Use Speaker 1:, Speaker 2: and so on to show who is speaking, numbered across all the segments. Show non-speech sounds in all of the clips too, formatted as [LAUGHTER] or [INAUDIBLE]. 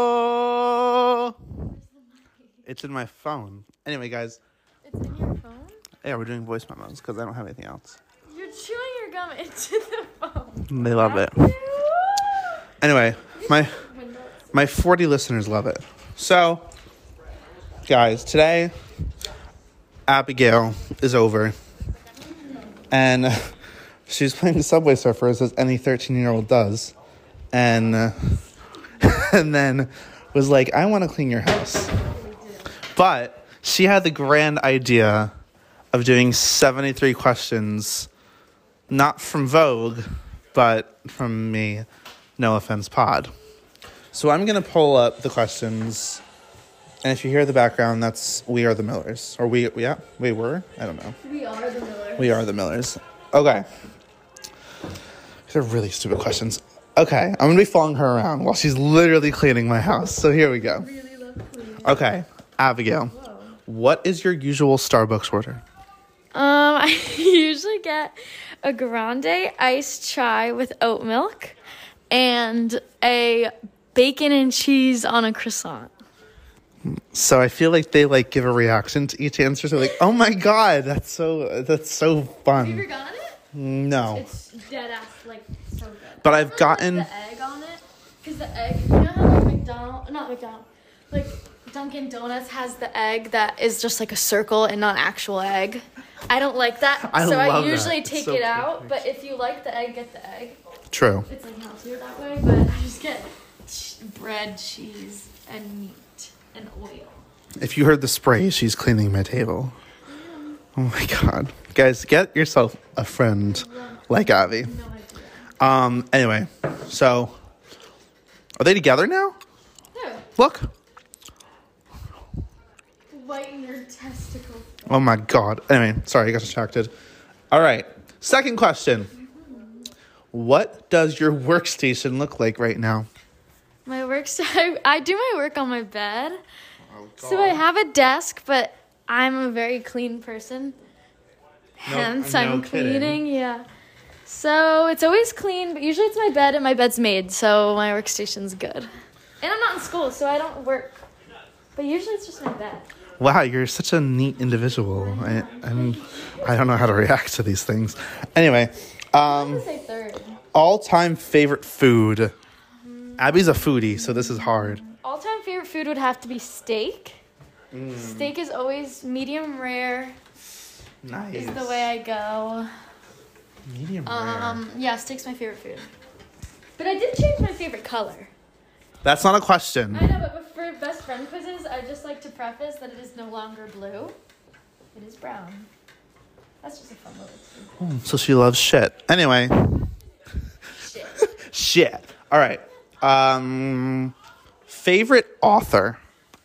Speaker 1: Hello. It's in my phone. Anyway, guys,
Speaker 2: It's in your phone?
Speaker 1: yeah, we're doing voice memos because I don't have anything else.
Speaker 2: You're chewing your gum into the phone.
Speaker 1: They love it. Anyway, my my 40 listeners love it. So, guys, today Abigail is over, and uh, she's playing Subway Surfers as any 13 year old does, and uh, [LAUGHS] and then was like, I want to clean your house, but she had the grand idea of doing 73 questions, not from Vogue, but from me, No Offense Pod. So I'm gonna pull up the questions, and if you hear the background, that's we are the Millers, or we yeah we were I don't know
Speaker 2: We are the Miller.
Speaker 1: we are the Millers. Okay, these are really stupid questions. Okay, I'm gonna be following her around while she's literally cleaning my house. So here we go.
Speaker 2: Really love cleaning.
Speaker 1: Okay, Abigail, what is your usual Starbucks order?
Speaker 2: Um, I [LAUGHS] usually get a grande iced chai with oat milk and a bacon and cheese on a croissant.
Speaker 1: So I feel like they like give a reaction to each answer. So like, oh my god, that's so that's so
Speaker 2: You
Speaker 1: fun.
Speaker 2: got it?
Speaker 1: No,
Speaker 2: It's dead ass like so good.
Speaker 1: Oh. But
Speaker 2: I
Speaker 1: I've
Speaker 2: really like
Speaker 1: gotten-
Speaker 2: the egg on it because the egg. You know how like McDonald, not McDonald, like Dunkin' Donuts has the egg that is just like a circle and not actual egg. I don't like that,
Speaker 1: I
Speaker 2: so
Speaker 1: love
Speaker 2: I
Speaker 1: that.
Speaker 2: usually
Speaker 1: It's
Speaker 2: take
Speaker 1: so
Speaker 2: it out. But if you like the egg, get the egg.
Speaker 1: true.
Speaker 2: It's like healthier that way. But I just get ch- bread, cheese, and meat and oil.
Speaker 1: If you heard the spray, she's cleaning my table. Oh my god. Guys, get yourself a friend like Avi.
Speaker 2: No idea.
Speaker 1: Um anyway, so are they together now?
Speaker 2: No,
Speaker 1: Look.
Speaker 2: whiten your testicles.
Speaker 1: Oh my god. Anyway, sorry, I got distracted. All right. Second question. What does your workstation look like right now?
Speaker 2: My work, [LAUGHS] so I, I do my work on my bed.
Speaker 1: Oh,
Speaker 2: So I have a desk, but I'm a very clean person. [LAUGHS] Hence,
Speaker 1: no
Speaker 2: I'm
Speaker 1: kidding.
Speaker 2: cleaning. Yeah. So it's always clean, but usually it's my bed, and my bed's made, so my workstation's good. And I'm not in school, so I don't work. But usually it's just my bed.
Speaker 1: Wow, you're such a neat individual. I, I'm, I don't know how to react to these things. Anyway, um,
Speaker 2: I'm gonna say third.
Speaker 1: all time favorite food. Abby's a foodie, so this is hard.
Speaker 2: All-time favorite food would have to be steak.
Speaker 1: Mm.
Speaker 2: Steak is always medium rare.
Speaker 1: Nice.
Speaker 2: Is the way I go.
Speaker 1: Medium
Speaker 2: Um, yeah, steak's my favorite food. But I did change my favorite color.
Speaker 1: That's not a question.
Speaker 2: I know, but for best friend quizzes, I just like to preface that it is no longer blue. It is brown. That's just a fun little thing.
Speaker 1: So she loves shit. Anyway,
Speaker 2: Shit.
Speaker 1: shit. All right. Um, favorite author.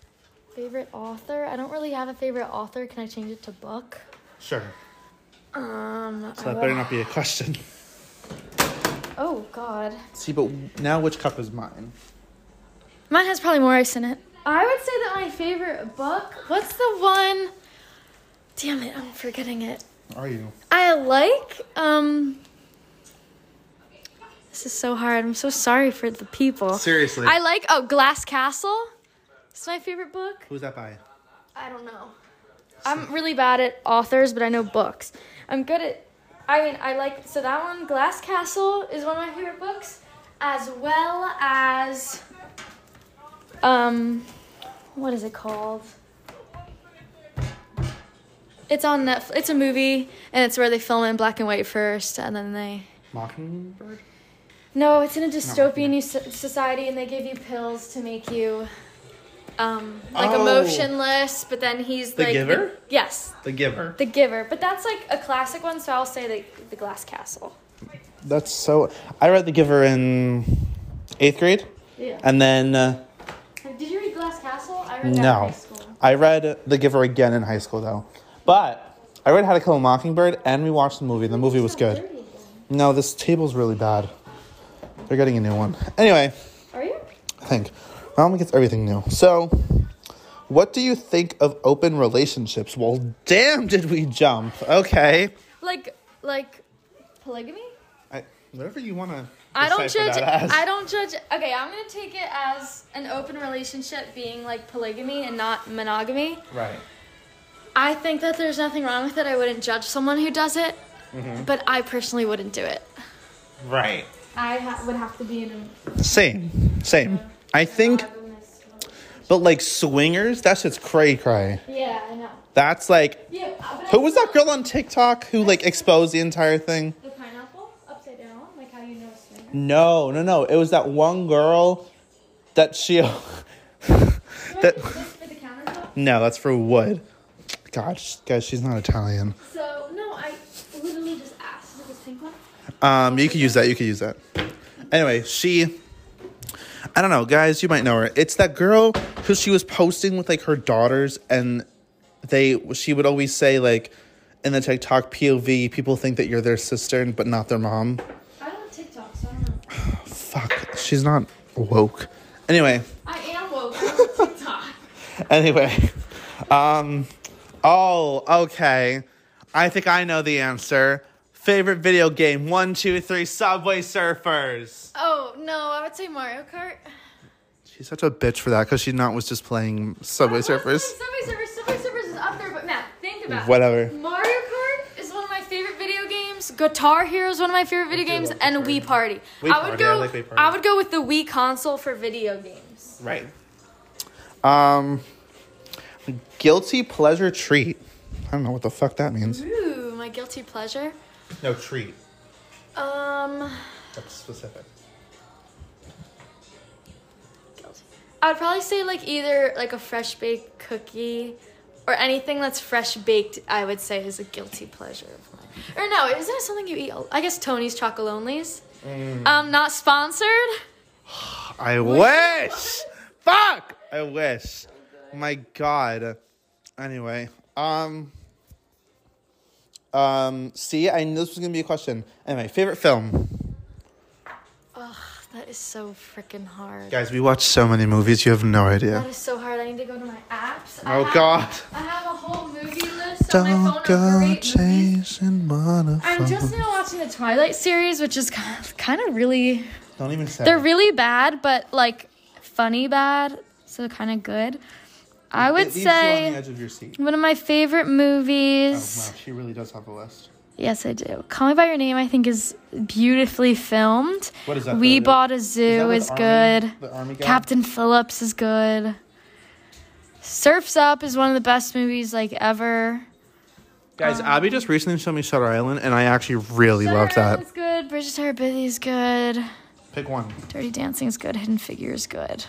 Speaker 2: [LAUGHS] favorite author? I don't really have a favorite author. Can I change it to book?
Speaker 1: Sure.
Speaker 2: Um.
Speaker 1: So that better not be a question.
Speaker 2: Oh God.
Speaker 1: See, but now which cup is mine?
Speaker 2: Mine has probably more ice in it. I would say that my favorite book. What's the one? Damn it! I'm forgetting it.
Speaker 1: Are you?
Speaker 2: I like um This is so hard. I'm so sorry for the people.
Speaker 1: Seriously.
Speaker 2: I like oh Glass Castle. It's my favorite book.
Speaker 1: Who's that by?
Speaker 2: I don't know. I'm really bad at authors, but I know books. I'm good at I mean, I like so that one Glass Castle is one of my favorite books as well as um what is it called? It's on Netflix. It's a movie, and it's where they film it in black and white first, and then they.
Speaker 1: Mockingbird?
Speaker 2: No, it's in a dystopian so- society, and they give you pills to make you, um, like
Speaker 1: Oh.
Speaker 2: emotionless. But then he's
Speaker 1: The
Speaker 2: like
Speaker 1: Giver?
Speaker 2: yes,
Speaker 1: The Giver.
Speaker 2: the giver. But that's like a classic one, so I'll say the the Glass Castle.
Speaker 1: That's so. I read The Giver in eighth grade,
Speaker 2: Yeah.
Speaker 1: and then. Uh,
Speaker 2: Did you read Glass Castle? I read that in high
Speaker 1: No.
Speaker 2: school.
Speaker 1: I read The Giver again in high school, though. But I read How to Kill a Mockingbird and we watched the movie. The movie was good. No, this table's really bad. They're getting a new one. Anyway,
Speaker 2: Are you?
Speaker 1: I think. My mom gets everything new. So, what do you think of open relationships? Well, damn, did we jump. Okay.
Speaker 2: Like like polygamy?
Speaker 1: I, whatever you want to.
Speaker 2: I don't
Speaker 1: decipher
Speaker 2: judge.
Speaker 1: that as.
Speaker 2: I don't judge. Okay, I'm gonna take it as an open relationship being like polygamy and not monogamy.
Speaker 1: Right.
Speaker 2: I think that there's nothing wrong with it. I wouldn't judge someone who does it,
Speaker 1: Mm-hmm.
Speaker 2: but I personally wouldn't do it.
Speaker 1: Right.
Speaker 2: I ha- would have to be in
Speaker 1: Same. Same. I think, but like swingers, that shit's cray cray.
Speaker 2: Yeah, I know.
Speaker 1: That's like,
Speaker 2: Yeah, uh, but
Speaker 1: who was that girl on TikTok who like exposed the entire thing?
Speaker 2: The pineapple upside down, like how you know swing.
Speaker 1: No, no, no. It was that one girl that she. [LAUGHS] that
Speaker 2: for the countertop.
Speaker 1: no, that's for wood. God, sh- guys, she's not Italian.
Speaker 2: So no, I literally just asked. Is it this pink one?
Speaker 1: Um, you could use that. You could use that. Anyway, she. I don't know, guys. You might know her. It's that girl who she was posting with like her daughters, and they she would always say like, in the TikTok POV, people think that you're their sister but not their mom.
Speaker 2: I don't TikTok, so I don't know.
Speaker 1: Fuck, she's not woke. Anyway,
Speaker 2: I am woke. I don't
Speaker 1: [LAUGHS]
Speaker 2: TikTok.
Speaker 1: anyway, um, oh, okay. I think I know the answer. Favorite video game? One, two, three. Subway Surfers.
Speaker 2: Oh no, I would say Mario Kart.
Speaker 1: She's such a bitch for that because she not was just playing Subway Surfers.
Speaker 2: Subway Surfers. Subway Surfers is up there, but Matt, think about it.
Speaker 1: Whatever.
Speaker 2: Mario Kart is one of my favorite video games. Guitar Hero is one of my favorite video
Speaker 1: do
Speaker 2: games,
Speaker 1: love
Speaker 2: and
Speaker 1: Guitar
Speaker 2: Wii Party.
Speaker 1: Wii
Speaker 2: I would
Speaker 1: Party, I
Speaker 2: go.
Speaker 1: like Wii Party.
Speaker 2: I would go with the Wii console for video games.
Speaker 1: Right. Um, guilty pleasure treat. I don't know what the fuck that means.
Speaker 2: Ooh, my guilty pleasure.
Speaker 1: No treat.
Speaker 2: Um,
Speaker 1: That's specific.
Speaker 2: guilty. I would probably say like either like a fresh baked cookie, or anything that's fresh baked. I would say is a guilty pleasure of mine. Or no, isn't it something you eat? a- I guess Tony's Chocolonely's.
Speaker 1: Mm.
Speaker 2: Um, not sponsored.
Speaker 1: I wish. Fuck. I wish. My God. Anyway. Um. Um. See, I knew this was gonna be a question. Anyway, favorite film.
Speaker 2: Ugh, that is so freaking hard.
Speaker 1: Guys, we watch so many movies. You have no
Speaker 2: That
Speaker 1: idea.
Speaker 2: is so hard. I need to go to my apps. I
Speaker 1: Oh
Speaker 2: have-
Speaker 1: God.
Speaker 2: I have a whole movie list on my
Speaker 1: Don't
Speaker 2: phone of
Speaker 1: go
Speaker 2: great movies.
Speaker 1: chasing
Speaker 2: I'm just
Speaker 1: waterfalls.
Speaker 2: now watching the Twilight series, which is kind of, kind of really.
Speaker 1: Don't even say.
Speaker 2: They're
Speaker 1: it.
Speaker 2: really bad, but like funny bad, so kind of good. I would
Speaker 1: It leaves you on the
Speaker 2: say
Speaker 1: edge of your seat.
Speaker 2: one of my favorite
Speaker 1: Oh,
Speaker 2: movies.
Speaker 1: wow, she really does have a list.
Speaker 2: Yes, I do. Call Me by Your Name, I think, is beautifully filmed.
Speaker 1: What is that,
Speaker 2: We
Speaker 1: the-
Speaker 2: Bought a Zoo
Speaker 1: with
Speaker 2: is,
Speaker 1: Army-
Speaker 2: good.
Speaker 1: the Army guy?
Speaker 2: Captain Phillips is good. Surfs Up is one of the best movies like ever.
Speaker 1: Guys, Abby just recently showed me Shutter Island, and I actually really loved that.
Speaker 2: Is good. Bridget Tarbithy is good.
Speaker 1: Pick one.
Speaker 2: Dirty Dancing is good. Hidden Figure is good.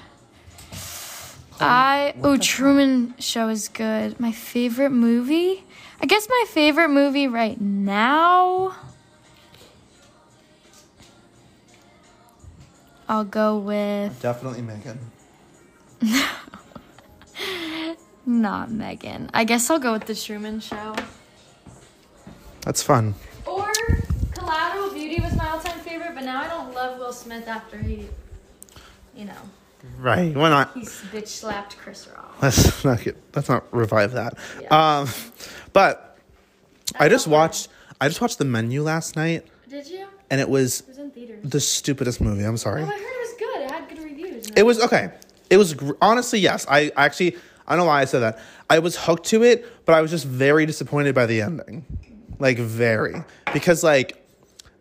Speaker 2: I oh Truman Show is good. My favorite movie, I guess my favorite movie right now. I'll go with
Speaker 1: Definitely Megan.
Speaker 2: not Megan. I guess I'll go with the Truman Show.
Speaker 1: That's fun.
Speaker 2: Or Collateral Beauty was my all-time favorite, but now I don't love Will Smith after he, you know,
Speaker 1: Right. Why not?
Speaker 2: he bitch slapped Chris Rock.
Speaker 1: Let's not get. Let's not revive that.
Speaker 2: Yeah.
Speaker 1: Um, but I just watched. I just watched the menu last night,
Speaker 2: Did you? It
Speaker 1: and it was
Speaker 2: was
Speaker 1: [LAUGHS]
Speaker 2: in theaters.
Speaker 1: the stupidest movie. I'm sorry.
Speaker 2: Oh, I heard it was good. It had good reviews.
Speaker 1: It was okay. It was gr- honestly yes. I actually I don't know why I said that. I was hooked to it, but I was just very disappointed by the ending. Like very. Because like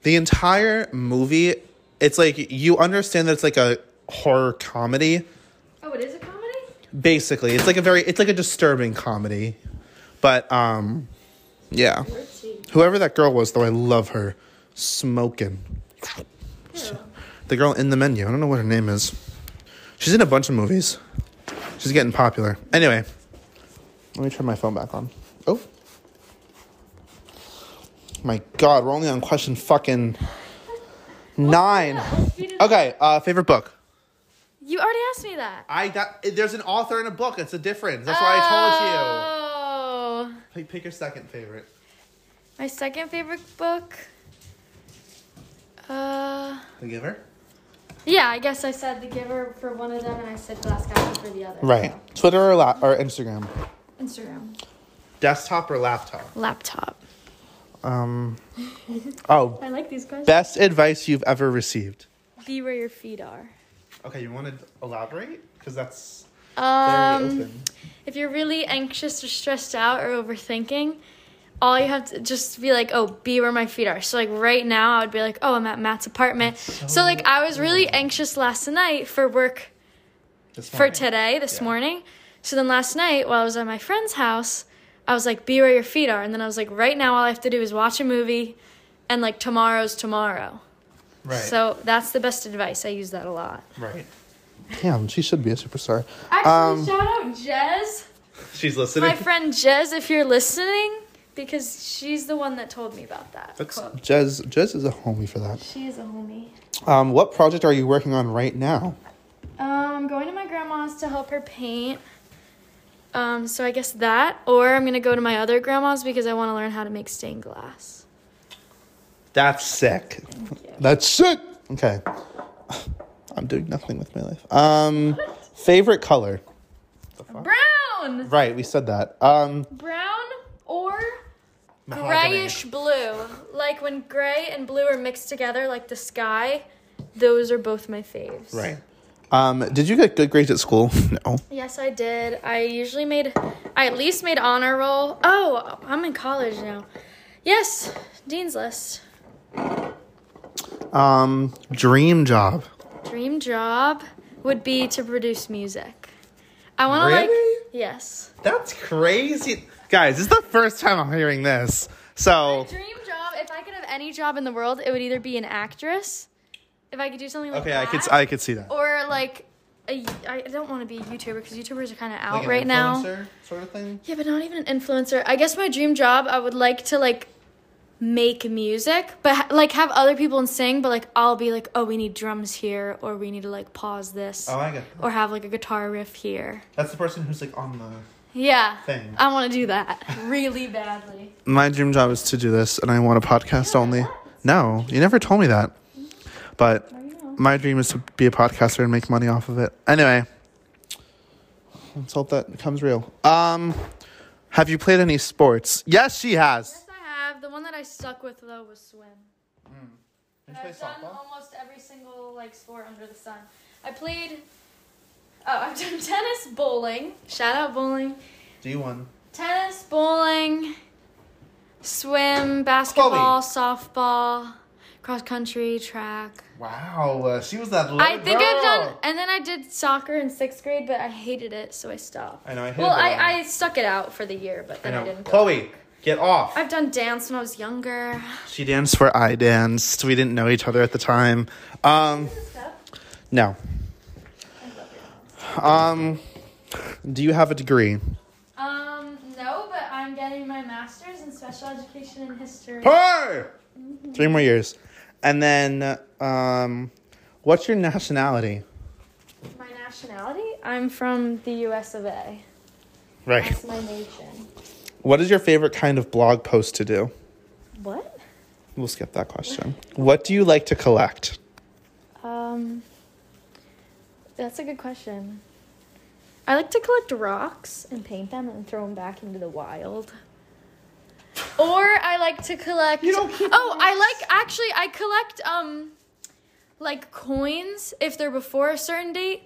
Speaker 1: the entire movie it's like you understand that it's like a horror comedy
Speaker 2: Oh, it is a comedy?
Speaker 1: basically. It's like a very it's like a disturbing comedy. But um yeah. Whoever that girl was though, I love her smoking. [LAUGHS] The girl in the menu. I don't know what her name is. She's in a bunch of movies. She's getting popular. Anyway, let me turn my phone back on. Oh. My God, we're only on question fucking nine. Okay, uh, favorite book.
Speaker 2: You already asked me that.
Speaker 1: I that there's an author in a book. It's a difference. That's why I
Speaker 2: Oh.
Speaker 1: told you. Pick, pick your second favorite.
Speaker 2: My second favorite book. Uh,
Speaker 1: The Giver.
Speaker 2: yeah, I guess I said The Giver for one of them, and I said Glass Castle for the other.
Speaker 1: Right. Twitter or la- or Instagram.
Speaker 2: Instagram,
Speaker 1: Desktop or laptop.
Speaker 2: laptop.
Speaker 1: Um. Oh,
Speaker 2: I like these questions.
Speaker 1: best advice you've ever received.
Speaker 2: Be where your feet are.
Speaker 1: Okay, you want to elaborate? Because that's very
Speaker 2: Um,
Speaker 1: open.
Speaker 2: if you're really anxious or stressed out or overthinking, all you have to just be like, oh, be where my feet are. So like right now, I would be like, oh, I'm at Matt's apartment. So,
Speaker 1: so
Speaker 2: like I was really anxious last night for work
Speaker 1: This
Speaker 2: for
Speaker 1: morning.
Speaker 2: today this
Speaker 1: Yeah.
Speaker 2: morning. So then last night while I was at my friend's house, I was like, be where your feet are. And then I was like, right now, all I have to do is watch a movie, and like tomorrow's tomorrow.
Speaker 1: Right.
Speaker 2: So that's the best advice. I use that a lot.
Speaker 1: right. Damn, she should be a superstar.
Speaker 2: Actually,
Speaker 1: Um,
Speaker 2: shout out Jez.
Speaker 1: She's listening.
Speaker 2: My friend Jez, if you're listening, because she's the one that told me about that.
Speaker 1: That's
Speaker 2: quote.
Speaker 1: Jez. Jez is a homie for that.
Speaker 2: She is a homie.
Speaker 1: Um, what project are you working on right now?
Speaker 2: Um, going to my grandma's to help her paint. Um, so I guess that, or I'm gonna go to my other grandma's because I want to learn how to make stained glass.
Speaker 1: That's sick.
Speaker 2: you.
Speaker 1: That's sick. Okay. I'm doing nothing with my life. Um, favorite color. The fuck?
Speaker 2: Brown,
Speaker 1: Right, we said that. Um,
Speaker 2: brown, or
Speaker 1: mahogany.
Speaker 2: grayish blue. Like when gray and blue are mixed together, like the sky. Those are both my faves.
Speaker 1: Right. Um, did you get good grades at school? [LAUGHS] No.
Speaker 2: Yes, I did. I usually made, I at least made honor roll. Oh, I'm in college now. Yes, Dean's List.
Speaker 1: Um, dream job.
Speaker 2: Dream job would be to produce music. I want to Oh, like,
Speaker 1: Really?
Speaker 2: yes.
Speaker 1: That's crazy. Guys, this is the first time I'm hearing this. So,
Speaker 2: Dream job, if I could have any job in the world, it would either be an actress, if I could do something like
Speaker 1: okay, I
Speaker 2: that.
Speaker 1: could I could see that.
Speaker 2: Or like, a, I don't want to be a YouTuber because YouTubers are kind of out
Speaker 1: Like an
Speaker 2: right now.
Speaker 1: influencer Sort of thing.
Speaker 2: Yeah, but not even an influencer. I guess my dream job, I would like to like make music, but ha- like have other people and sing, but like I'll be like, oh, we need drums here, or we need to like pause this,
Speaker 1: Oh, I get.
Speaker 2: or have like a guitar riff here.
Speaker 1: That's the person who's like on the
Speaker 2: Yeah,
Speaker 1: Thing.
Speaker 2: I want to
Speaker 1: [LAUGHS]
Speaker 2: do that really badly.
Speaker 1: my dream job is to do this and I want a podcast only. No, you never told me that. But my dream is to be a podcaster and make money off of it. Anyway, let's hope that becomes real. Um, have you played any sports? Yes, she has.
Speaker 2: Yes, I have. The one that I stuck with though was swim. But I've done almost every single like sport under the sun. I played. Oh, I've done [LAUGHS] tennis, bowling. Shout out bowling.
Speaker 1: Do you won?
Speaker 2: Tennis, bowling, swim, basketball, softball, cross country, track.
Speaker 1: Wow, uh, she was that.
Speaker 2: I think I've done, and then I did soccer in sixth grade, but I hated it, so I stopped.
Speaker 1: I know. I hated
Speaker 2: well,
Speaker 1: that
Speaker 2: I,
Speaker 1: one.
Speaker 2: I stuck it out for the year, but
Speaker 1: I
Speaker 2: then I,
Speaker 1: know.
Speaker 2: didn't. go
Speaker 1: Chloe,
Speaker 2: back.
Speaker 1: get off.
Speaker 2: I've done dance when I was younger.
Speaker 1: she danced where I danced. We didn't know each other at the time. Um, no. Um, do you have a degree?
Speaker 2: Um, no, but I'm getting my master's in special education and history.
Speaker 1: Hey! Three more years. And then, um, what's your nationality?
Speaker 2: My nationality? I'm from the U.S. of A.
Speaker 1: Right.
Speaker 2: That's my nation.
Speaker 1: What is your favorite kind of blog post to do?
Speaker 2: What?
Speaker 1: We'll skip that question. What do you like to collect?
Speaker 2: Um, that's a good question. I like to collect rocks and paint them and throw them back into the wild. Or I like to collect.
Speaker 1: You don't keep
Speaker 2: oh, I like actually. I collect um, like coins if they're before a certain date.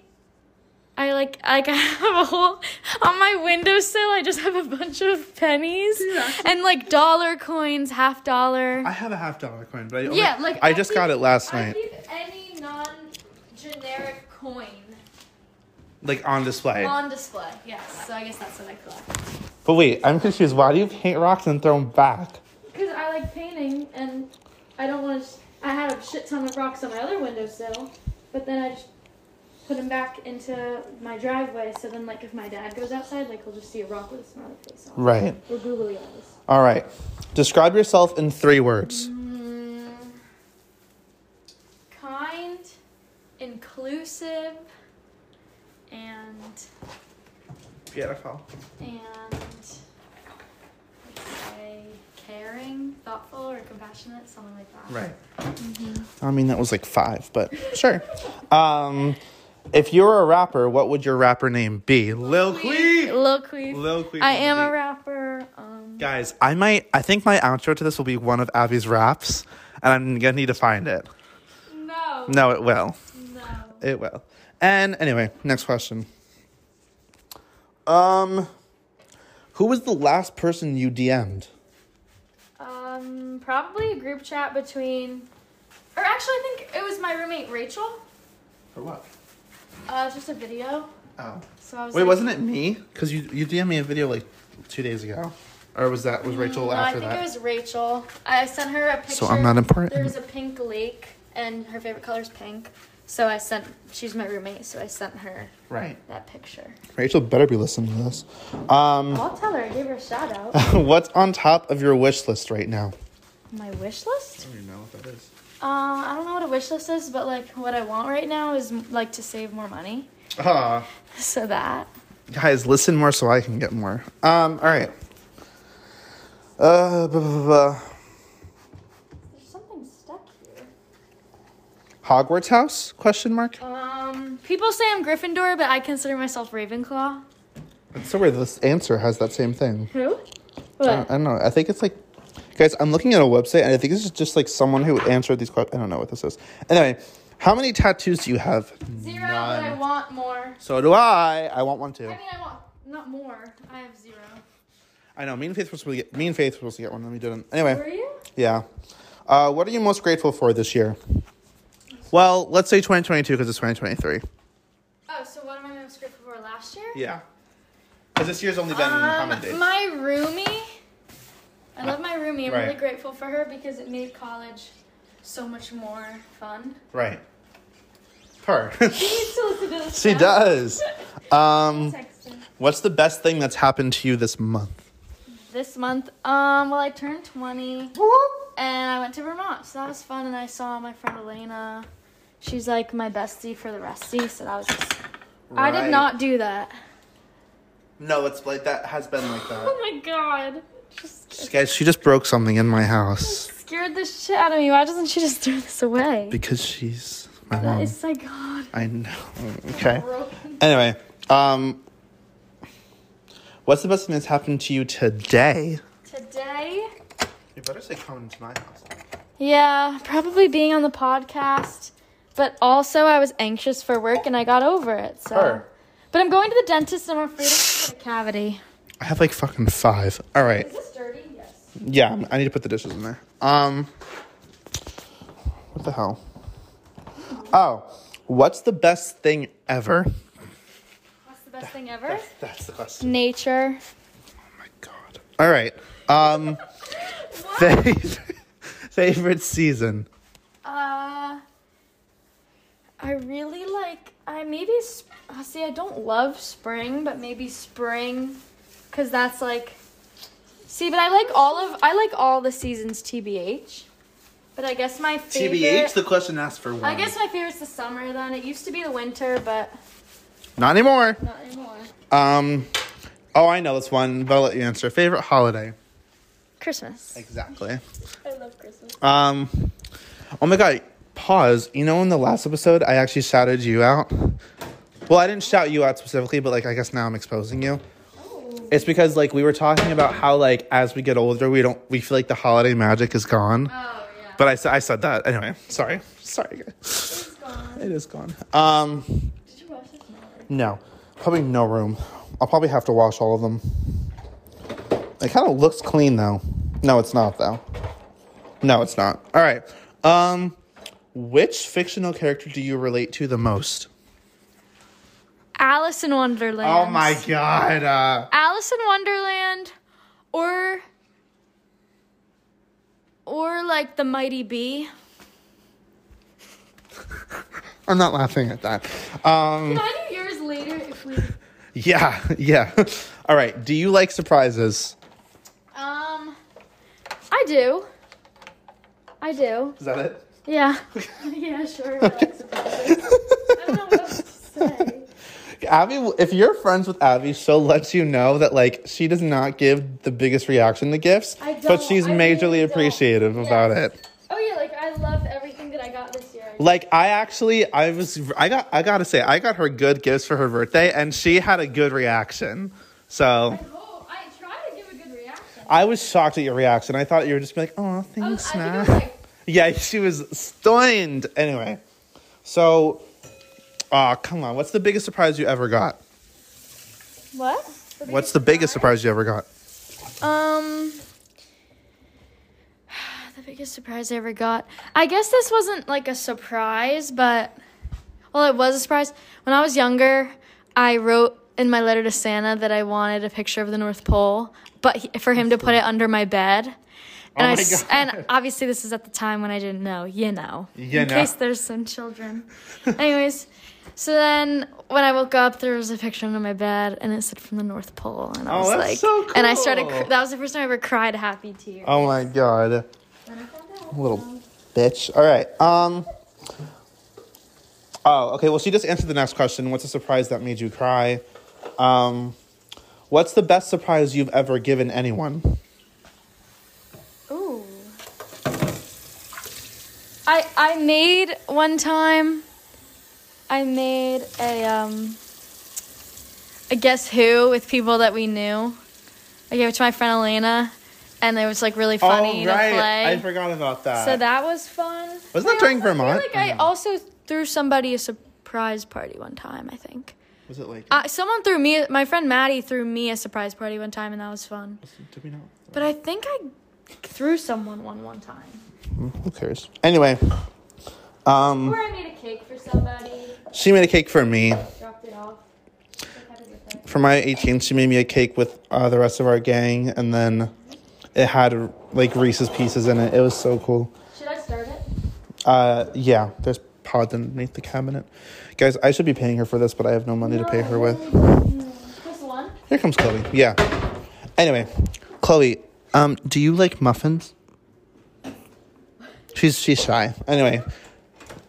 Speaker 2: I like like I [LAUGHS] have a whole on my windowsill. I just have a bunch of pennies and like dollar coins, half dollar.
Speaker 1: I have a half dollar coin, but I
Speaker 2: Yeah, like
Speaker 1: I just
Speaker 2: keep-
Speaker 1: got it last
Speaker 2: I
Speaker 1: night,
Speaker 2: keep any non-generic coin
Speaker 1: like on display.
Speaker 2: on display. Yes, so I guess that's what I collect.
Speaker 1: But wait, I'm confused. Why do you paint rocks and throw them back?
Speaker 2: Because I like painting, and I don't want to. I had a shit ton of rocks on my other windowsill, but then I just put them back into my driveway. So then, like, if my dad goes outside, like, he'll just see a rock with a smiley face on.
Speaker 1: Right.
Speaker 2: it. Or googly eyes.
Speaker 1: All right. Describe yourself in three words.
Speaker 2: Mm, kind, inclusive, and.
Speaker 1: Beautiful.
Speaker 2: and say caring, thoughtful, or compassionate, something like that.
Speaker 1: Right. I mean, that was like five, but sure. Um, if you were a rapper, what would your rapper name be? Lil Queen.
Speaker 2: Lil Queef.
Speaker 1: Lil Queef
Speaker 2: I
Speaker 1: is
Speaker 2: am
Speaker 1: deep.
Speaker 2: a rapper. Um,
Speaker 1: Guys, I might. I think my outro to this will be one of Abby's raps, and I'm gonna need to find it.
Speaker 2: no,
Speaker 1: No, it will.
Speaker 2: No.
Speaker 1: It will. And anyway, next question. Um, who was the last person you DM'd?
Speaker 2: Um, probably a group chat between, or actually, I think it was my roommate Rachel.
Speaker 1: For what?
Speaker 2: Uh, just a video.
Speaker 1: Oh.
Speaker 2: So I was.
Speaker 1: Wait,
Speaker 2: like,
Speaker 1: wasn't it me? Because you you DM me a video like two days ago, or was that was Rachel
Speaker 2: Oh. "Mm, No,
Speaker 1: after
Speaker 2: I think
Speaker 1: that?
Speaker 2: it was Rachel. I sent her a picture.
Speaker 1: So I'm not important.
Speaker 2: There was a pink lake, and her favorite color is pink. So I sent. She's my roommate, so I sent her
Speaker 1: right.
Speaker 2: that picture.
Speaker 1: Rachel better be listening to this. Um, [LAUGHS]
Speaker 2: I'll tell her. I gave her a shout out.
Speaker 1: what's on top of your wish list right now?
Speaker 2: my wish list.
Speaker 1: don't even know what that is.
Speaker 2: Uh, I don't know what a wish list is, but like what I want right now is like to save more money. [LAUGHS]
Speaker 1: Ah,
Speaker 2: So that.
Speaker 1: guys, listen more so I can get more. Um, all right. Uh, blah, blah, blah,
Speaker 2: There's something stuck here.
Speaker 1: blah. Hogwarts house? Question mark.
Speaker 2: Um, people say I'm Gryffindor, but I consider myself Ravenclaw.
Speaker 1: It's so weird. This answer has that same thing.
Speaker 2: Who?
Speaker 1: I don't, I don't know. I think it's like, guys, I'm looking at a website and I think this is just like someone who answered these questions. I don't know what this is. Anyway, how many tattoos do you have?
Speaker 2: Zero,
Speaker 1: None.
Speaker 2: but I want more.
Speaker 1: So do I. I want one too.
Speaker 2: I mean, I want not more. I have zero.
Speaker 1: I know. Me and Faith were supposed to get. Me and Faith were supposed to get one, and we didn't. Anyway,
Speaker 2: Were you?
Speaker 1: yeah. Uh, what are you most grateful for this year? Well, let's say 2022 because it's 2023.
Speaker 2: Oh, so what am I most grateful for last year?
Speaker 1: Yeah. Because this year's only been how many days?
Speaker 2: Um, my roomie. I love my roomie. I'm really
Speaker 1: Right.
Speaker 2: grateful for her because it made college so much more fun. [LAUGHS]
Speaker 1: right. Her. [LAUGHS]
Speaker 2: She needs to listen to this.
Speaker 1: she
Speaker 2: now.
Speaker 1: does. Um,
Speaker 2: Text her.
Speaker 1: what's the best thing that's happened to you this month?
Speaker 2: This month, um, well, I turned 20 and I went to Vermont, so that was fun. And I saw my friend Elena. She's like my bestie for the restie, so that was. Just, I
Speaker 1: Right.
Speaker 2: did not do that.
Speaker 1: No, it's like that has been like that.
Speaker 2: Oh my god. Just
Speaker 1: Guys, she just broke something in my house
Speaker 2: scared the shit out of me. Why doesn't she just throw this away?
Speaker 1: because she's my
Speaker 2: That
Speaker 1: mom.
Speaker 2: is psychotic.
Speaker 1: I know. Okay.
Speaker 2: Broken.
Speaker 1: Anyway, um, what's the best thing that's happened to you today?
Speaker 2: Today?
Speaker 1: You better say coming to my house.
Speaker 2: Yeah, probably being on the podcast. But also, I was anxious for work and I got over it. So.
Speaker 1: Her.
Speaker 2: But I'm going to the dentist and I'm afraid of a cavity.
Speaker 1: I have like fucking five. All right.
Speaker 2: this dirty? Yes.
Speaker 1: Yeah, I'm- I need to put the dishes in there. Um, what the hell? Oh, what's the best thing ever?
Speaker 2: What's the best thing ever?
Speaker 1: That's the question.
Speaker 2: Nature.
Speaker 1: Oh my god. All right. Um, favorite, [LAUGHS] favorite season.
Speaker 2: Uh, I really like. I maybe sp- uh, see. I don't love spring, but maybe spring, cause that's like. See, but I like all of. I like all the seasons, tbh. But I guess my favorite.
Speaker 1: TBH, the question asked for one.
Speaker 2: I guess my favorite's the summer. Then it used to be the winter, but
Speaker 1: Not anymore.
Speaker 2: not anymore.
Speaker 1: Um, oh, I know this one, but I'll let you answer. Favorite holiday?
Speaker 2: Christmas.
Speaker 1: Exactly.
Speaker 2: I love Christmas.
Speaker 1: Um, oh my god, pause. You know, in the last episode, I actually shouted you out. Well, I didn't shout you out specifically, but like, I guess now I'm exposing you. It's because like we were talking about how like as we get older, we don't we feel like the holiday magic is gone.
Speaker 2: Oh yeah.
Speaker 1: But I said I said that anyway. Sorry, sorry, guys.
Speaker 2: It's gone.
Speaker 1: It is gone. Um,
Speaker 2: Did you wash this?
Speaker 1: no, probably no room. I'll probably have to wash all of them. It kind of looks clean though. No, it's not though. No, it's not. All right. Um, which fictional character do you relate to the most?
Speaker 2: Alice in Wonderland.
Speaker 1: Oh my god. Uh,
Speaker 2: Alice in Wonderland or or like the Mighty Bee.
Speaker 1: I'm not laughing at that. Um,
Speaker 2: Can I do yours later if we
Speaker 1: yeah, [LAUGHS] yeah. All right. Do you like surprises?
Speaker 2: um I do. I do.
Speaker 1: Is that it?
Speaker 2: Yeah. [LAUGHS] yeah, sure. I like surprises. I
Speaker 1: [LAUGHS]
Speaker 2: don't know what else to say.
Speaker 1: Abby, if you're friends with Abby, she'll let you know that like she does not give the biggest reaction to gifts,
Speaker 2: I
Speaker 1: but
Speaker 2: don't.
Speaker 1: she's
Speaker 2: I really
Speaker 1: majorly
Speaker 2: don't.
Speaker 1: appreciative about
Speaker 2: Yes.
Speaker 1: it.
Speaker 2: Oh yeah, like I love everything that I got this year.
Speaker 1: Like I actually, I was, I got, I gotta say, I got her good gifts for her birthday, and she had a good reaction. So
Speaker 2: I hope I try to give a good reaction.
Speaker 1: I was shocked at your reaction. I thought you were just be like, "Oh, [LAUGHS]
Speaker 2: I
Speaker 1: thanks,
Speaker 2: was, I think
Speaker 1: man."
Speaker 2: it was like
Speaker 1: yeah, she was stunned. Anyway, So, uh, come on. What's the biggest surprise you ever got?
Speaker 2: What?
Speaker 1: What's the biggest surprise you ever got?
Speaker 2: Um, [SIGHS] the biggest surprise I ever got. I guess this wasn't like a surprise, but well, it was a surprise. When I was younger, I wrote in my letter to Santa that I wanted a picture of the North Pole, but he, for him to put it under my bed. And
Speaker 1: Oh
Speaker 2: I
Speaker 1: my
Speaker 2: s-
Speaker 1: God.
Speaker 2: and obviously this is at the time when I didn't know, you know.
Speaker 1: You
Speaker 2: in
Speaker 1: know.
Speaker 2: case there's some children. Anyways, so then when I woke up, there was a picture under my bed, and it said from the North Pole, and I
Speaker 1: Oh,
Speaker 2: was
Speaker 1: that's
Speaker 2: like,
Speaker 1: so
Speaker 2: and I started.
Speaker 1: cool.
Speaker 2: Cr- that was the first time I ever cried happy tears.
Speaker 1: Oh my god. Oh. Little bitch. All right. Um. Oh, okay. Well, she just answered the next question. What's a surprise that made you cry? Um, what's the best surprise you've ever given anyone?
Speaker 2: Ooh. I I made one time. I made a um. A guess who with people that we knew. I gave it to my friend Elena, and it was like really funny
Speaker 1: oh right,
Speaker 2: to play.
Speaker 1: I forgot about that.
Speaker 2: So that was fun.
Speaker 1: Wasn't that
Speaker 2: I
Speaker 1: during
Speaker 2: also feel
Speaker 1: Vermont?
Speaker 2: like
Speaker 1: Or
Speaker 2: I
Speaker 1: no?
Speaker 2: also threw somebody a surprise party one time. I think
Speaker 1: was it like.
Speaker 2: uh, someone threw me. My friend Maddie threw me a surprise party one time, and that was fun.
Speaker 1: did we not?
Speaker 2: But I think I threw someone one one time.
Speaker 1: Who cares? Anyway, um,
Speaker 2: Or I made a cake for somebody,
Speaker 1: she made a cake for me.
Speaker 2: dropped it off.
Speaker 1: for my 18th, she made me a cake with uh, the rest of our gang, and then it had like Reese's pieces in it. It was so cool.
Speaker 2: Should I start it?
Speaker 1: Uh, yeah, there's pods underneath the cabinet. Guys, I should be paying her for this, but I have no money to pay her with.
Speaker 2: Mm, Just one.
Speaker 1: Here comes Chloe. Yeah. Anyway, Chloe, um, do you like muffins? She's she's shy. Anyway,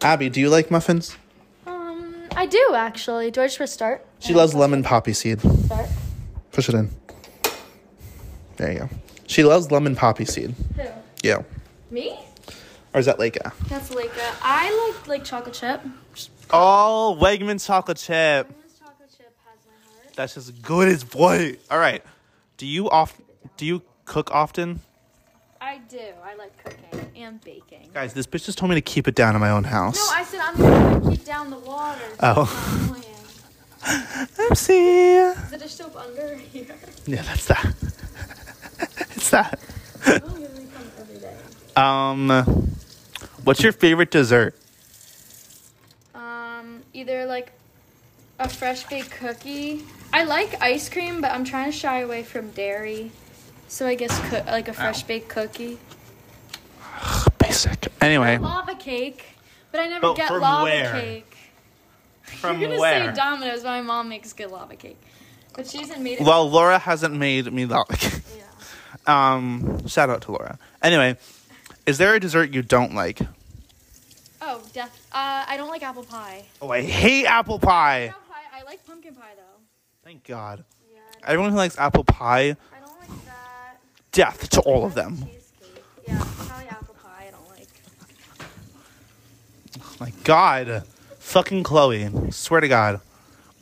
Speaker 1: Abby, do you like muffins?
Speaker 2: Um, I do actually. Do I just press start?
Speaker 1: She loves lemon poppy seed.
Speaker 2: Start.
Speaker 1: Push it in. There you go. She loves lemon poppy seed.
Speaker 2: Who?
Speaker 1: Yeah.
Speaker 2: Me?
Speaker 1: Or is that like a?
Speaker 2: That's Leica. I like like chocolate chip.
Speaker 1: Oh, Wegman's chocolate chip.
Speaker 2: Chocolate chip has my heart.
Speaker 1: That's just good as boy. All right. Do you off? Do you cook often?
Speaker 2: I do. I like cooking and baking.
Speaker 1: Guys, this bitch just told me to keep it down in my own house.
Speaker 2: No, I said I'm gonna keep down the water.
Speaker 1: Oh.
Speaker 2: It's annoying.
Speaker 1: Oopsie.
Speaker 2: Is the dish soap under
Speaker 1: [LAUGHS]
Speaker 2: here?
Speaker 1: Yeah, that's that. it's that.
Speaker 2: I'm gonna Oh, come every day.
Speaker 1: Um, what's your favorite dessert?
Speaker 2: Um, either like a fresh baked cookie. I like ice cream, but I'm trying to shy away from dairy. So I guess coo- like a fresh baked cookie.
Speaker 1: Basic. Anyway,
Speaker 2: Lava cake, but I never
Speaker 1: But
Speaker 2: get
Speaker 1: from
Speaker 2: lava
Speaker 1: where?
Speaker 2: cake.
Speaker 1: from
Speaker 2: You're gonna
Speaker 1: where?
Speaker 2: say Domino's, but my mom makes good lava cake, but she hasn't made it.
Speaker 1: well, Laura hasn't made me that. [LAUGHS]
Speaker 2: yeah.
Speaker 1: um, shout out to Laura. Anyway, is there a dessert you don't like?
Speaker 2: Oh, death. Uh, I don't like apple pie.
Speaker 1: Oh, I hate apple pie.
Speaker 2: Apple pie. I like pumpkin pie though.
Speaker 1: Thank God.
Speaker 2: Yeah,
Speaker 1: Everyone who likes apple pie,
Speaker 2: I don't like that.
Speaker 1: death to all of them.
Speaker 2: Cheesecake. Yeah, probably apple pie. I don't like.
Speaker 1: My God, fucking Chloe. Swear to God.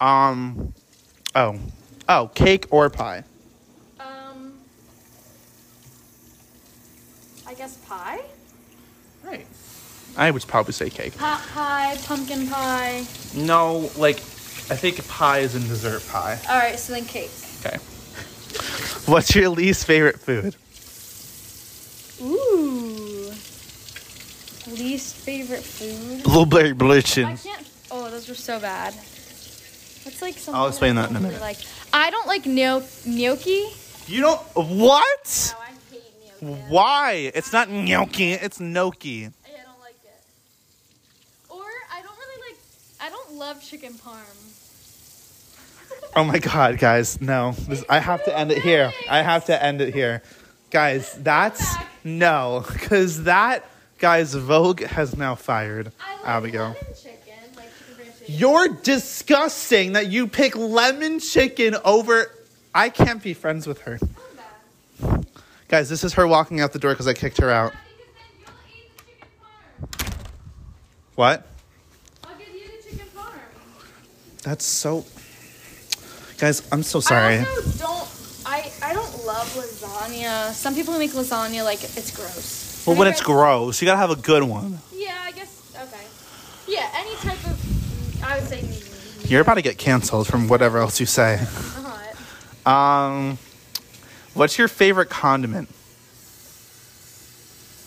Speaker 1: Um. Oh. Oh, cake or pie.
Speaker 2: Um. I guess pie.
Speaker 1: Right. I would probably say cake.
Speaker 2: Pot pie, pumpkin pie.
Speaker 1: No, like, I think pie is in dessert pie.
Speaker 2: All right, so then cake.
Speaker 1: Okay. What's your least favorite food?
Speaker 2: Ooh. Least favorite food.
Speaker 1: Blueberry
Speaker 2: I
Speaker 1: blitzchens.
Speaker 2: can't. Oh, those were so bad. That's like something.
Speaker 1: I'll explain
Speaker 2: I
Speaker 1: that in a
Speaker 2: don't
Speaker 1: minute.
Speaker 2: Like, I don't like gno- gnocchi.
Speaker 1: You don't. What?
Speaker 2: I hate gnocchi.
Speaker 1: Why? It's not gnocchi. It's gnocchi.
Speaker 2: I don't like it. Or I don't really like. I don't love chicken parm.
Speaker 1: Oh my god, guys, no. This, I have to end it here. I have to end it here. Guys, that's no, because that, guys, Vogue has now fired
Speaker 2: I like
Speaker 1: Abigail.
Speaker 2: lemon chicken, like chicken fried chicken.
Speaker 1: You're disgusting that you pick lemon chicken over. I can't be friends with her.
Speaker 2: I'm bad.
Speaker 1: Guys, this is her walking out the door because I kicked her out.
Speaker 2: Because then you'll eat the chicken parm.
Speaker 1: What?
Speaker 2: I'll give you the chicken parm.
Speaker 1: That's so. Guys, I'm so sorry.
Speaker 2: I also don't. I, I don't love lasagna. Some people who make lasagna like it's gross.
Speaker 1: Well, when it's
Speaker 2: Whenever
Speaker 1: gross, you gotta have a good one.
Speaker 2: I- Yeah, I guess okay. Yeah, any type of, I would say,
Speaker 1: You're about to get canceled from whatever else you say.
Speaker 2: not.
Speaker 1: Um, what's your favorite condiment?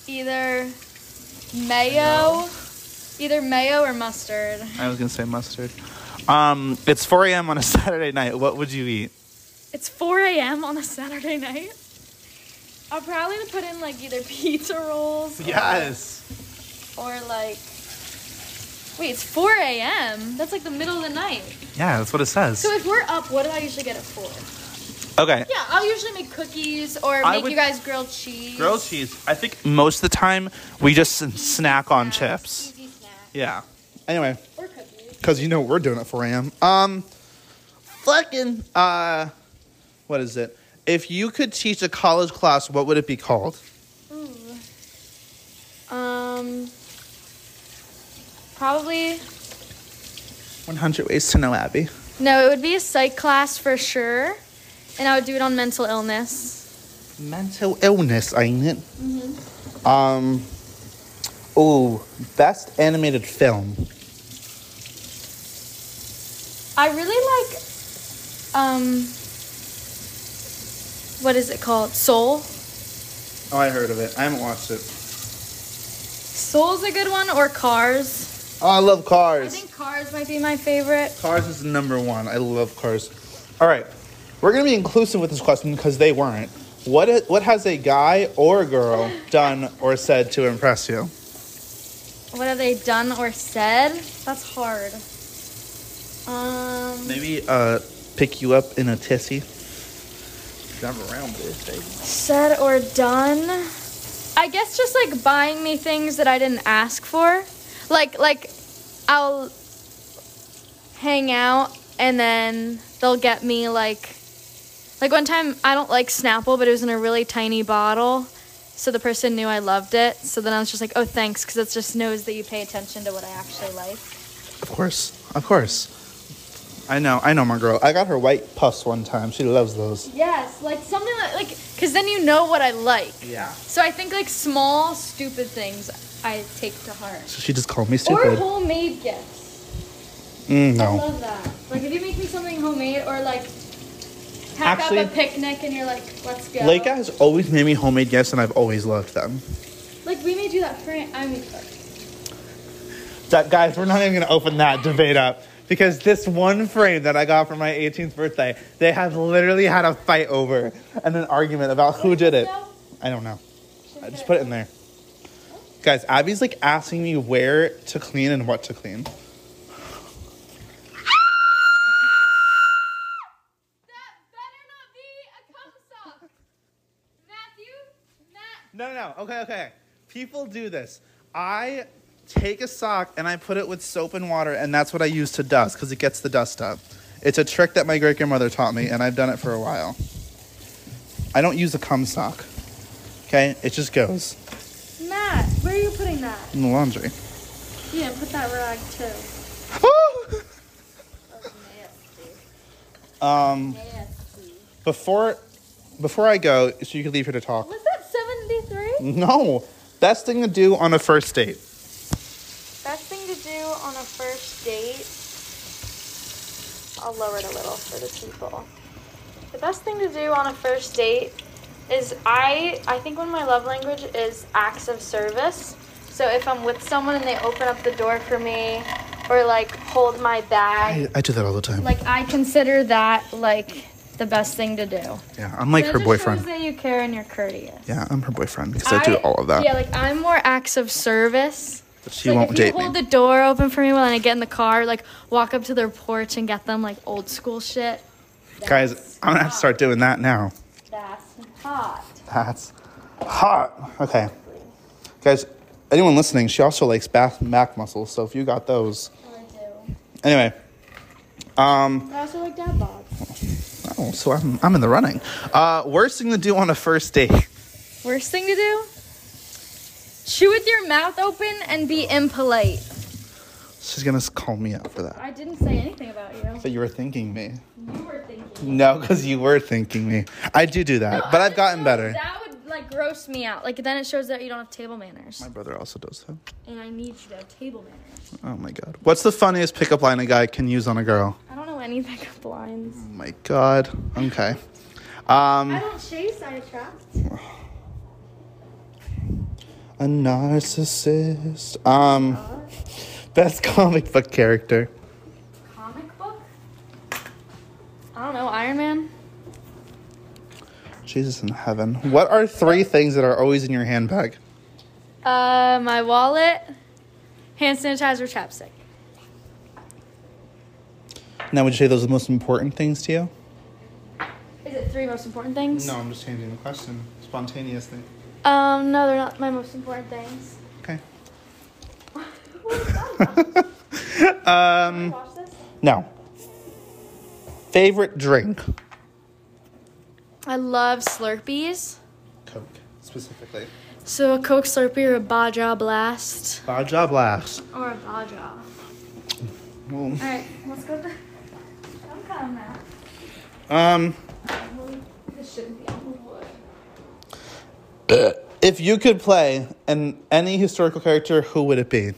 Speaker 2: Either mayo, either mayo or mustard.
Speaker 1: I was gonna say mustard. Um, it's 4 a.m. on a [LAUGHS] Saturday night. What would you eat?
Speaker 2: It's 4 a.m. on a Saturday night. I'll probably put in like either [LAUGHS] pizza rolls
Speaker 1: Yes.
Speaker 2: or like. Wait, it's 4 a.m. That's like the middle of the night.
Speaker 1: Yeah, that's what it says.
Speaker 2: So if we're up, what do I usually get at 4?
Speaker 1: Okay.
Speaker 2: Yeah, I'll usually make cookies or
Speaker 1: I
Speaker 2: make
Speaker 1: would-
Speaker 2: you guys grilled cheese.
Speaker 1: Grilled cheese. I think most of the time we just s- snack on chips.
Speaker 2: Easy snack.
Speaker 1: Yeah. Anyway,
Speaker 2: Or cookies.
Speaker 1: because you know what we're doing at 4 a.m. Um, fucking uh, what is it? If you could teach a college class, what would it be called?
Speaker 2: Ooh. Um. Probably
Speaker 1: 100 Ways to Know Abby.
Speaker 2: no. It would be a psych class for sure, and I would do it on mental illness.
Speaker 1: Mental illness, ain't it?
Speaker 2: Mm-hmm.
Speaker 1: Um. Oh, best animated film.
Speaker 2: I really like. Um. What is it called? Soul.
Speaker 1: Oh, I heard of it. I haven't watched it.
Speaker 2: Soul's a good one, or Cars.
Speaker 1: Oh, I love
Speaker 2: I
Speaker 1: Cars.
Speaker 2: think Cars might be my favorite.
Speaker 1: Cars is number one. I love Cars. All right, we're gonna be inclusive with this question because they weren't. What i- what has a guy or a girl done or said to impress you?
Speaker 2: What have they done or said? That's hard. Um.
Speaker 1: Maybe uh, pick you up in a tissy. Jump around, bitch.
Speaker 2: Said or done? I guess just like buying me things that I didn't ask for. Like like I'll hang out and then they'll get me like like one time I don't like Snapple, but it was in a really tiny bottle. So the person knew I loved it. So then I was just like, "Oh, thanks," cuz it just knows that you pay attention to what I actually like.
Speaker 1: Of course, of course. I know, I know my girl. I got her white puffs one time. She loves those.
Speaker 2: Yes, like something like like cuz then you know what I like.
Speaker 1: Yeah.
Speaker 2: So I think like small stupid things I take to heart.
Speaker 1: So she just called me
Speaker 2: Or
Speaker 1: stupid.
Speaker 2: homemade gifts.
Speaker 1: Mm,
Speaker 2: I
Speaker 1: no.
Speaker 2: love that. Like if you make me something homemade or like pack
Speaker 1: Actually-
Speaker 2: up a picnic and you're like, let's go.
Speaker 1: Leica has always made me homemade gifts, and I've always loved them.
Speaker 2: Like we may do that for I mean for-
Speaker 1: That, guys, we're not even gonna open that debate up because this one frame that I got for my 18th birthday, they have literally had a fight over and an argument about who did it.
Speaker 2: So,
Speaker 1: I don't know. I just put it in there. Guys, Abby's like asking me where to clean and what to clean.
Speaker 2: That better not be a cum sock. Matthew, Matt.
Speaker 1: No, no, no. Okay, okay. People do this. I take a sock and I put it with soap and water, and that's what I use to dust because it gets the dust up. It's a trick that my great grandmother taught me, and I've done it for a while. I don't use a cum sock. Okay, it just goes
Speaker 2: Matt, where are you putting that?
Speaker 1: in the laundry. [LAUGHS]
Speaker 2: You didn't put that rag too.
Speaker 1: um, before, before I go, so you can leave here to talk.
Speaker 2: Was that 73?
Speaker 1: No, best thing to do on a first date.
Speaker 2: Best thing to do on a first date. I'll lower it a little for the people. The best thing to do on a first date is I I think one of my love language is acts of service. So if I'm with someone and they open up the door for me or like hold my bag,
Speaker 1: I, I do that all the time.
Speaker 2: like I consider that like the best thing to do.
Speaker 1: yeah, I'm like her
Speaker 2: It just
Speaker 1: boyfriend.
Speaker 2: shows that you care and you're courteous.
Speaker 1: Yeah, I'm her boyfriend because I, do all of that.
Speaker 2: Yeah, like I'm more acts of service.
Speaker 1: but she
Speaker 2: like,
Speaker 1: won't
Speaker 2: if
Speaker 1: date
Speaker 2: you
Speaker 1: me.
Speaker 2: hold the door open for me when I get in the car, like walk up to their porch and get them like old school shit.
Speaker 1: Guys, I'm gonna have to start doing that now.
Speaker 2: That's hot.
Speaker 1: That's hot. Okay, guys. Anyone listening? She also likes back back muscles. So if you got those,
Speaker 2: I do.
Speaker 1: anyway. Um.
Speaker 2: But I also like dad bods.
Speaker 1: Oh, so I'm I'm in the running. Uh, worst thing to do on a first date.
Speaker 2: Worst thing to do? Chew with your mouth open and be impolite.
Speaker 1: She's gonna call me out for that.
Speaker 2: I didn't say anything about you.
Speaker 1: But you were thinking me.
Speaker 2: You were thinking.
Speaker 1: No, because you were thinking me. I do do that, but I've gotten better.
Speaker 2: That would like grossed me out. Like then it shows that you don't have table manners,
Speaker 1: My brother also does that.
Speaker 2: and I need you to have table manners.
Speaker 1: Oh my god. What's the funniest pickup line a guy can use on a girl?
Speaker 2: I don't know any pickup lines.
Speaker 1: Oh my god. Okay. Um,
Speaker 2: I don't chase. I attract.
Speaker 1: a narcissist. Um, best [LAUGHS] comic book character.
Speaker 2: Comic book. I don't know. Iron Man.
Speaker 1: Jesus in heaven. What are three things that are always in your handbag?
Speaker 2: Uh, my wallet, hand sanitizer, chapstick.
Speaker 1: Now, would you say those are the most important things to you?
Speaker 2: Is it three most important things?
Speaker 1: I'm just changing the question. Spontaneous thing.
Speaker 2: Um, no, they're not my most important things.
Speaker 1: Okay.
Speaker 2: What is that?
Speaker 1: Um,
Speaker 2: Watch this.
Speaker 1: now, favorite drink?
Speaker 2: I love Slurpees.
Speaker 1: Coke, specifically.
Speaker 2: So a Coke Slurpee or a Baja Blast
Speaker 1: Baja Blast.
Speaker 2: or a Baja.
Speaker 1: Well,
Speaker 2: All right, let's go. To- [LAUGHS] I'm calm now.
Speaker 1: um,
Speaker 2: This shouldn't be on the [LAUGHS] wood.
Speaker 1: if you could play an any historical character, who would it be?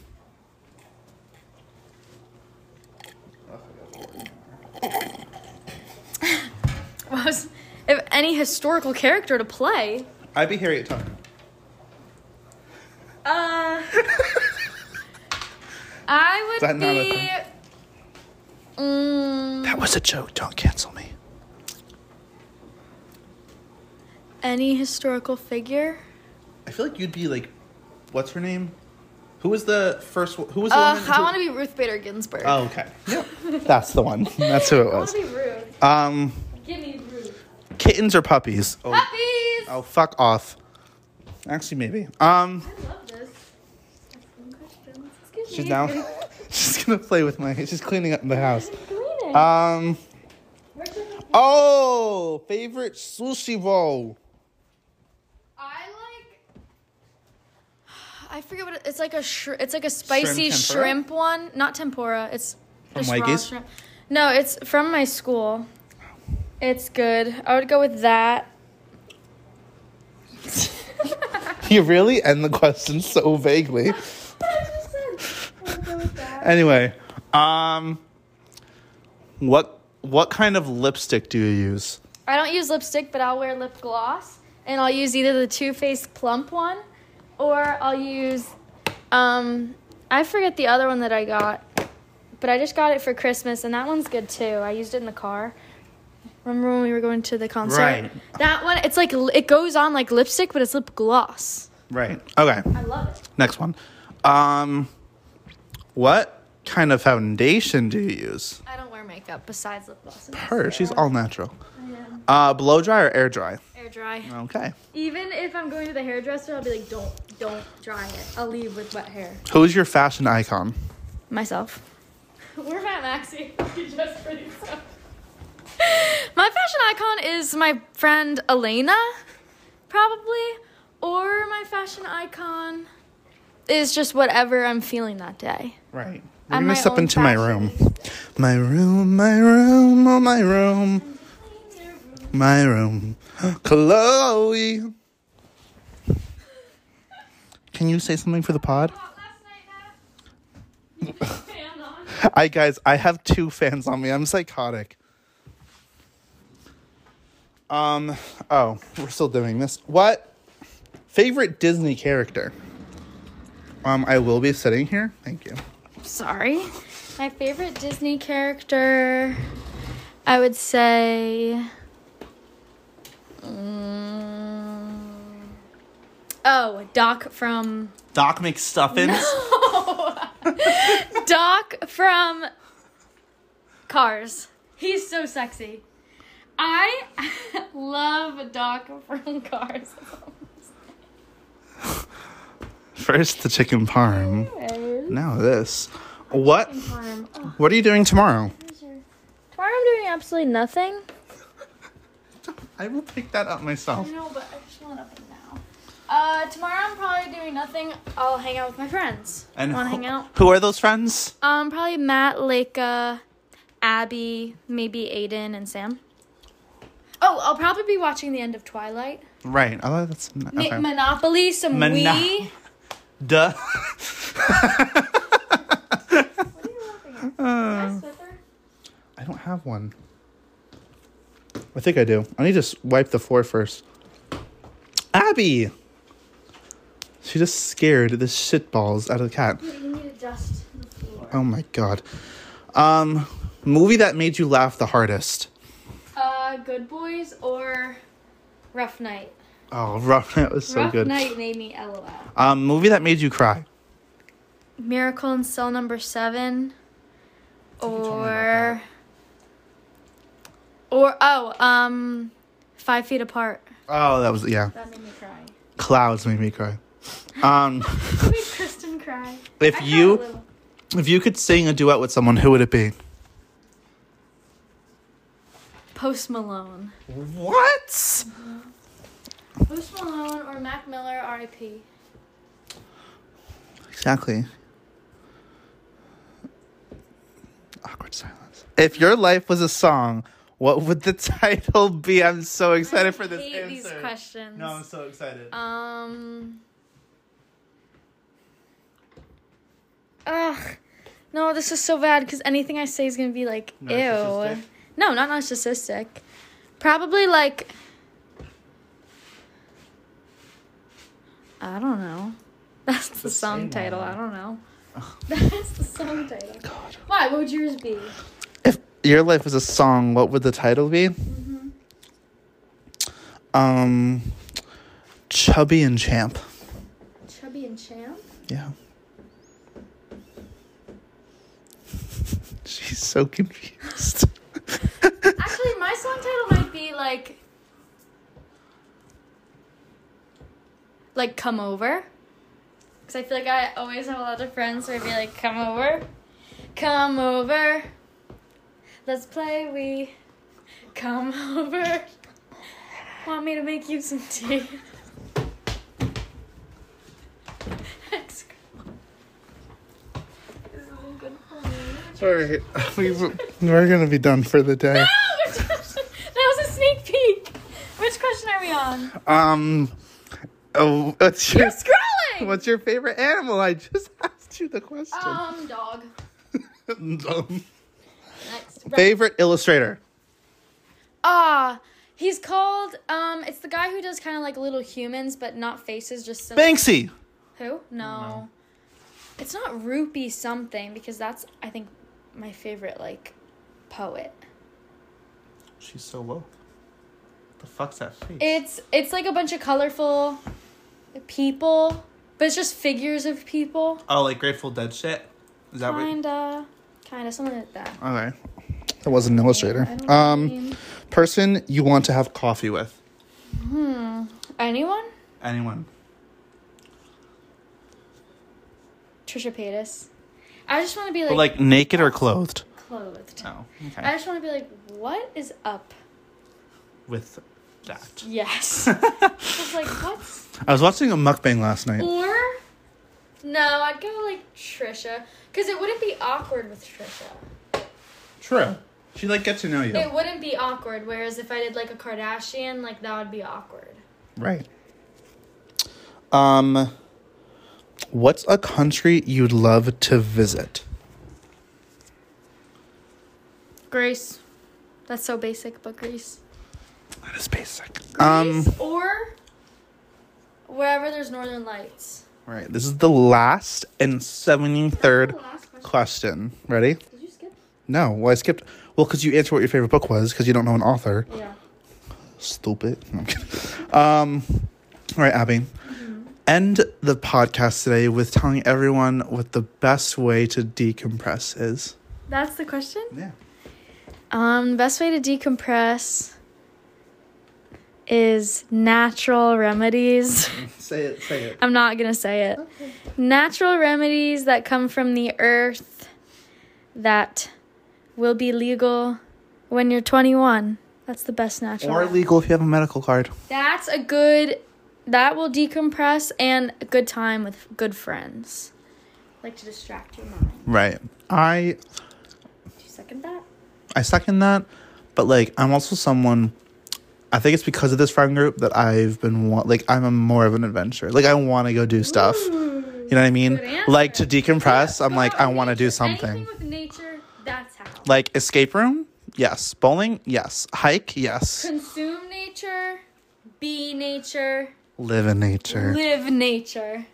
Speaker 2: Was if any historical character to play?
Speaker 1: I'd be Harriet Tubman.
Speaker 2: Uh, I would
Speaker 1: Is that not a
Speaker 2: be.
Speaker 1: thing?
Speaker 2: Mm,
Speaker 1: That was a joke. Don't cancel me.
Speaker 2: any historical figure?
Speaker 1: I feel like you'd be like, what's her name? Who was the first? Who was the
Speaker 2: Uh,
Speaker 1: woman?
Speaker 2: I
Speaker 1: who-
Speaker 2: want to be Ruth Bader Ginsburg.
Speaker 1: Oh, okay. Yep. That's the one. [LAUGHS] That's who it
Speaker 2: I want
Speaker 1: was.
Speaker 2: to be Ruth.
Speaker 1: Um,
Speaker 2: Give me Ruth.
Speaker 1: kittens or puppies? Oh,
Speaker 2: Puppies.
Speaker 1: oh, fuck off. Actually, maybe. Um, [LAUGHS]
Speaker 2: I love this. Asking questions. Excuse
Speaker 1: she's
Speaker 2: me.
Speaker 1: now. she's gonna play with my. She's cleaning up the house.
Speaker 2: Cleaning.
Speaker 1: Um.
Speaker 2: Where's your-
Speaker 1: Oh, favorite sushi roll.
Speaker 2: I like. I forget what it, it's like a shri- it's like a spicy shrimp,
Speaker 1: tempura?
Speaker 2: one, not tempura. It's
Speaker 1: From
Speaker 2: just raw
Speaker 1: Mikey's?
Speaker 2: shrimp. No, it's from my school. It's good. I would go with [LAUGHS] that.
Speaker 1: You really end the question so vaguely. Anyway, um, what what kind of lipstick do you use?
Speaker 2: I don't use lipstick, but I'll wear lip gloss, and I'll use either the Too Faced plump one, or I'll use, um, I forget the other one that I got, but I just got it for Christmas, and that one's good too. I used it in the car. Remember when we were going to the concert?
Speaker 1: Right.
Speaker 2: That one, it's like li- it goes on like lipstick, but it's lip gloss.
Speaker 1: Right. Okay.
Speaker 2: I love it.
Speaker 1: Next one. Um, what kind of foundation do you use?
Speaker 2: I don't wear makeup besides lip gloss. and
Speaker 1: Her, she's
Speaker 2: mascara.
Speaker 1: all natural.
Speaker 2: Yeah.
Speaker 1: Uh, blow dry or air dry?
Speaker 2: Air dry.
Speaker 1: Okay.
Speaker 2: Even if I'm going to the hairdresser, I'll be like, don't, don't dry it. I'll leave with wet hair.
Speaker 1: Who's your fashion icon?
Speaker 2: Myself. We're Matt Maxi. [LAUGHS] We just raised up. My fashion icon is my friend Elena, probably, or my fashion icon is just whatever I'm feeling that day.
Speaker 1: Right. We're
Speaker 2: I'm
Speaker 1: gonna
Speaker 2: my
Speaker 1: step
Speaker 2: own
Speaker 1: into my room.
Speaker 2: fashion.
Speaker 1: My room, my room, oh my room, my room. [GASPS] Chloe. Can you say something for the pod? [LAUGHS] I guys, I have two fans on me. I'm psychotic. Um, oh, we're still doing this. What favorite Disney character? Um, I will be sitting here. Thank you.
Speaker 2: Sorry. My favorite Disney character, I would say. mm, oh, Doc from.
Speaker 1: Doc McStuffins.
Speaker 2: Doc from Cars. He's so sexy. I [LAUGHS] love Doc from Cars.
Speaker 1: [LAUGHS] First the chicken parm.
Speaker 2: Anyways.
Speaker 1: Now this. What
Speaker 2: Farm. Oh,
Speaker 1: what are you doing tomorrow?
Speaker 2: here's your- Tomorrow I'm doing absolutely nothing.
Speaker 1: I will pick that up myself.
Speaker 2: No, but I just want up now. Uh, tomorrow I'm probably doing nothing. I'll hang out with my friends. want to
Speaker 1: who,
Speaker 2: hang out?
Speaker 1: who are those friends?
Speaker 2: Um, probably Matt, Leica, Abby, maybe Aiden, and Sam. Oh, I'll probably be watching the end of Twilight.
Speaker 1: Right. I like that's
Speaker 2: Mi-
Speaker 1: okay.
Speaker 2: Monopoly, some
Speaker 1: Mono- [LAUGHS]
Speaker 2: Wii.
Speaker 1: Duh.
Speaker 2: What are you laughing at?
Speaker 1: I don't have one. I think I do. I need to s- wipe the floor first. Abby. She just scared the shit balls out of the cat.
Speaker 2: You need to dust the floor.
Speaker 1: Oh my god. Um, movie that made you laugh the hardest.
Speaker 2: Uh, Good Boys or Rough Night?
Speaker 1: Oh, [LAUGHS] rough. That was so
Speaker 2: Rough
Speaker 1: good.
Speaker 2: Night made me LOL.
Speaker 1: Um, movie that made you cry.
Speaker 2: Miracle in Cell Number Seven,
Speaker 1: you told me about
Speaker 2: or or oh um, Five Feet Apart.
Speaker 1: Oh, that was yeah.
Speaker 2: That made me cry.
Speaker 1: Clouds made me cry. [LAUGHS] Um,
Speaker 2: [LAUGHS] made Kristen cry.
Speaker 1: if
Speaker 2: I cried a
Speaker 1: you
Speaker 2: little.
Speaker 1: if you could sing a duet with someone, who would it be?
Speaker 2: Post Malone,
Speaker 1: What?
Speaker 2: Post Malone or Mac Miller, R.I.P.
Speaker 1: Exactly. Awkward silence. If your life was a song, what would the [LAUGHS] title be? I'm so excited for this
Speaker 2: hate
Speaker 1: answer.
Speaker 2: these questions.
Speaker 1: No, I'm so excited.
Speaker 2: Um. Ugh. No, this is so bad because anything I say is gonna be like, ew.
Speaker 1: Narcissistic?
Speaker 2: No, not narcissistic. Probably like. I don't know. [LAUGHS] That's the,
Speaker 1: Just
Speaker 2: song
Speaker 1: say
Speaker 2: title.
Speaker 1: one.
Speaker 2: I don't know. [LAUGHS] That's the song title.
Speaker 1: God.
Speaker 2: Why? What would yours be?
Speaker 1: If your life was a song, what would the title be?
Speaker 2: Mm-hmm.
Speaker 1: Um, Chubby and Champ.
Speaker 2: Chubby and Champ?
Speaker 1: Yeah. [LAUGHS] She's so confused.
Speaker 2: Actually, my song title might be like. Like, come over. Because I feel like I always have a lot of friends who would be like, come over. Come over. Let's play, we. Come over. Want me to make you some tea? [LAUGHS] Thanks, Grandma. This isn't good for me.
Speaker 1: [LAUGHS] Sorry, we, we're gonna be done for the [LAUGHS]
Speaker 2: [LAUGHS]
Speaker 1: day.
Speaker 2: Which question? That was a sneak peek. Which question are we on?
Speaker 1: Um, oh, what's
Speaker 2: You're
Speaker 1: your
Speaker 2: scrolling.
Speaker 1: what's your favorite animal? I just [LAUGHS] asked you the question.
Speaker 2: Um, dog.
Speaker 1: [LAUGHS] Um,
Speaker 2: Next.
Speaker 1: favorite illustrator.
Speaker 2: Ah, he's called. Um, it's the guy who does kind of like little humans, but not faces, just silly.
Speaker 1: Banksy.
Speaker 2: Who? No. It's not Rupee something because that's I think my favorite like poet.
Speaker 1: She's so woke. The fuck's that face?
Speaker 2: It's it's like a bunch of colorful people, but it's just figures of people.
Speaker 1: oh, like Grateful Dead shit. Is that
Speaker 2: Kinda, kinda something like that.
Speaker 1: what? Okay, that was an illustrator.
Speaker 2: I don't
Speaker 1: Um,
Speaker 2: mean-
Speaker 1: person you want to have coffee with?
Speaker 2: Hmm. Anyone?
Speaker 1: Anyone?
Speaker 2: Trisha Paytas. I just want to be like,
Speaker 1: But like naked or clothed?
Speaker 2: clothed.
Speaker 1: Oh,
Speaker 2: I
Speaker 1: okay.
Speaker 2: just want to be like, what is up?
Speaker 1: With that, [LAUGHS]
Speaker 2: Yes. just like what's
Speaker 1: I was watching a mukbang last night.
Speaker 2: or? No, I'd go like Trisha, cause it wouldn't be awkward with Trisha.
Speaker 1: True. She like get to know you.
Speaker 2: It wouldn't be awkward. Whereas if I did like a Kardashian, like that would be awkward.
Speaker 1: Right. Um, what's a country you'd love to visit?
Speaker 2: Grace. That's so basic, but Greece.
Speaker 1: That is basic. Um,
Speaker 2: Greece or wherever there's northern lights.
Speaker 1: right. This is the last and 73rd
Speaker 2: Last question.
Speaker 1: question. Ready?
Speaker 2: Did you skip?
Speaker 1: No. Well, I skipped. Well, because you answered what your favorite book was because you don't know an author.
Speaker 2: Yeah.
Speaker 1: Stupid. No, I'm kidding. Um, all right, Abby.
Speaker 2: Mm-hmm.
Speaker 1: End the podcast today with telling everyone what the best way to decompress is.
Speaker 2: That's the question?
Speaker 1: Yeah.
Speaker 2: Um, the best way to decompress is natural remedies. [LAUGHS]
Speaker 1: Say it. Say it.
Speaker 2: I'm not gonna say it. Natural remedies that come from the earth that will be legal when you're 21. That's the best natural.
Speaker 1: Or
Speaker 2: remedy.
Speaker 1: legal if you have a medical card.
Speaker 2: That's a good. That will decompress and a good time with good friends. Like to distract your mind.
Speaker 1: Right. I
Speaker 2: Do you second that?
Speaker 1: I second that, but like I'm also someone I think it's because of this friend group that I've been wa- like I'm a more of an adventurer. Like I want to go do stuff. you know what I mean?
Speaker 2: good answer.
Speaker 1: Like to decompress, I'm
Speaker 2: Go
Speaker 1: like
Speaker 2: out
Speaker 1: I
Speaker 2: with
Speaker 1: want to do
Speaker 2: nature.
Speaker 1: something.
Speaker 2: Anything with nature, that's how.
Speaker 1: Like escape room? Yes. Bowling? Yes. Hike? Yes.
Speaker 2: Consume nature, be nature,
Speaker 1: Live in nature.
Speaker 2: live nature.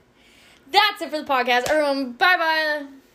Speaker 2: That's it for the podcast. Everyone, bye bye.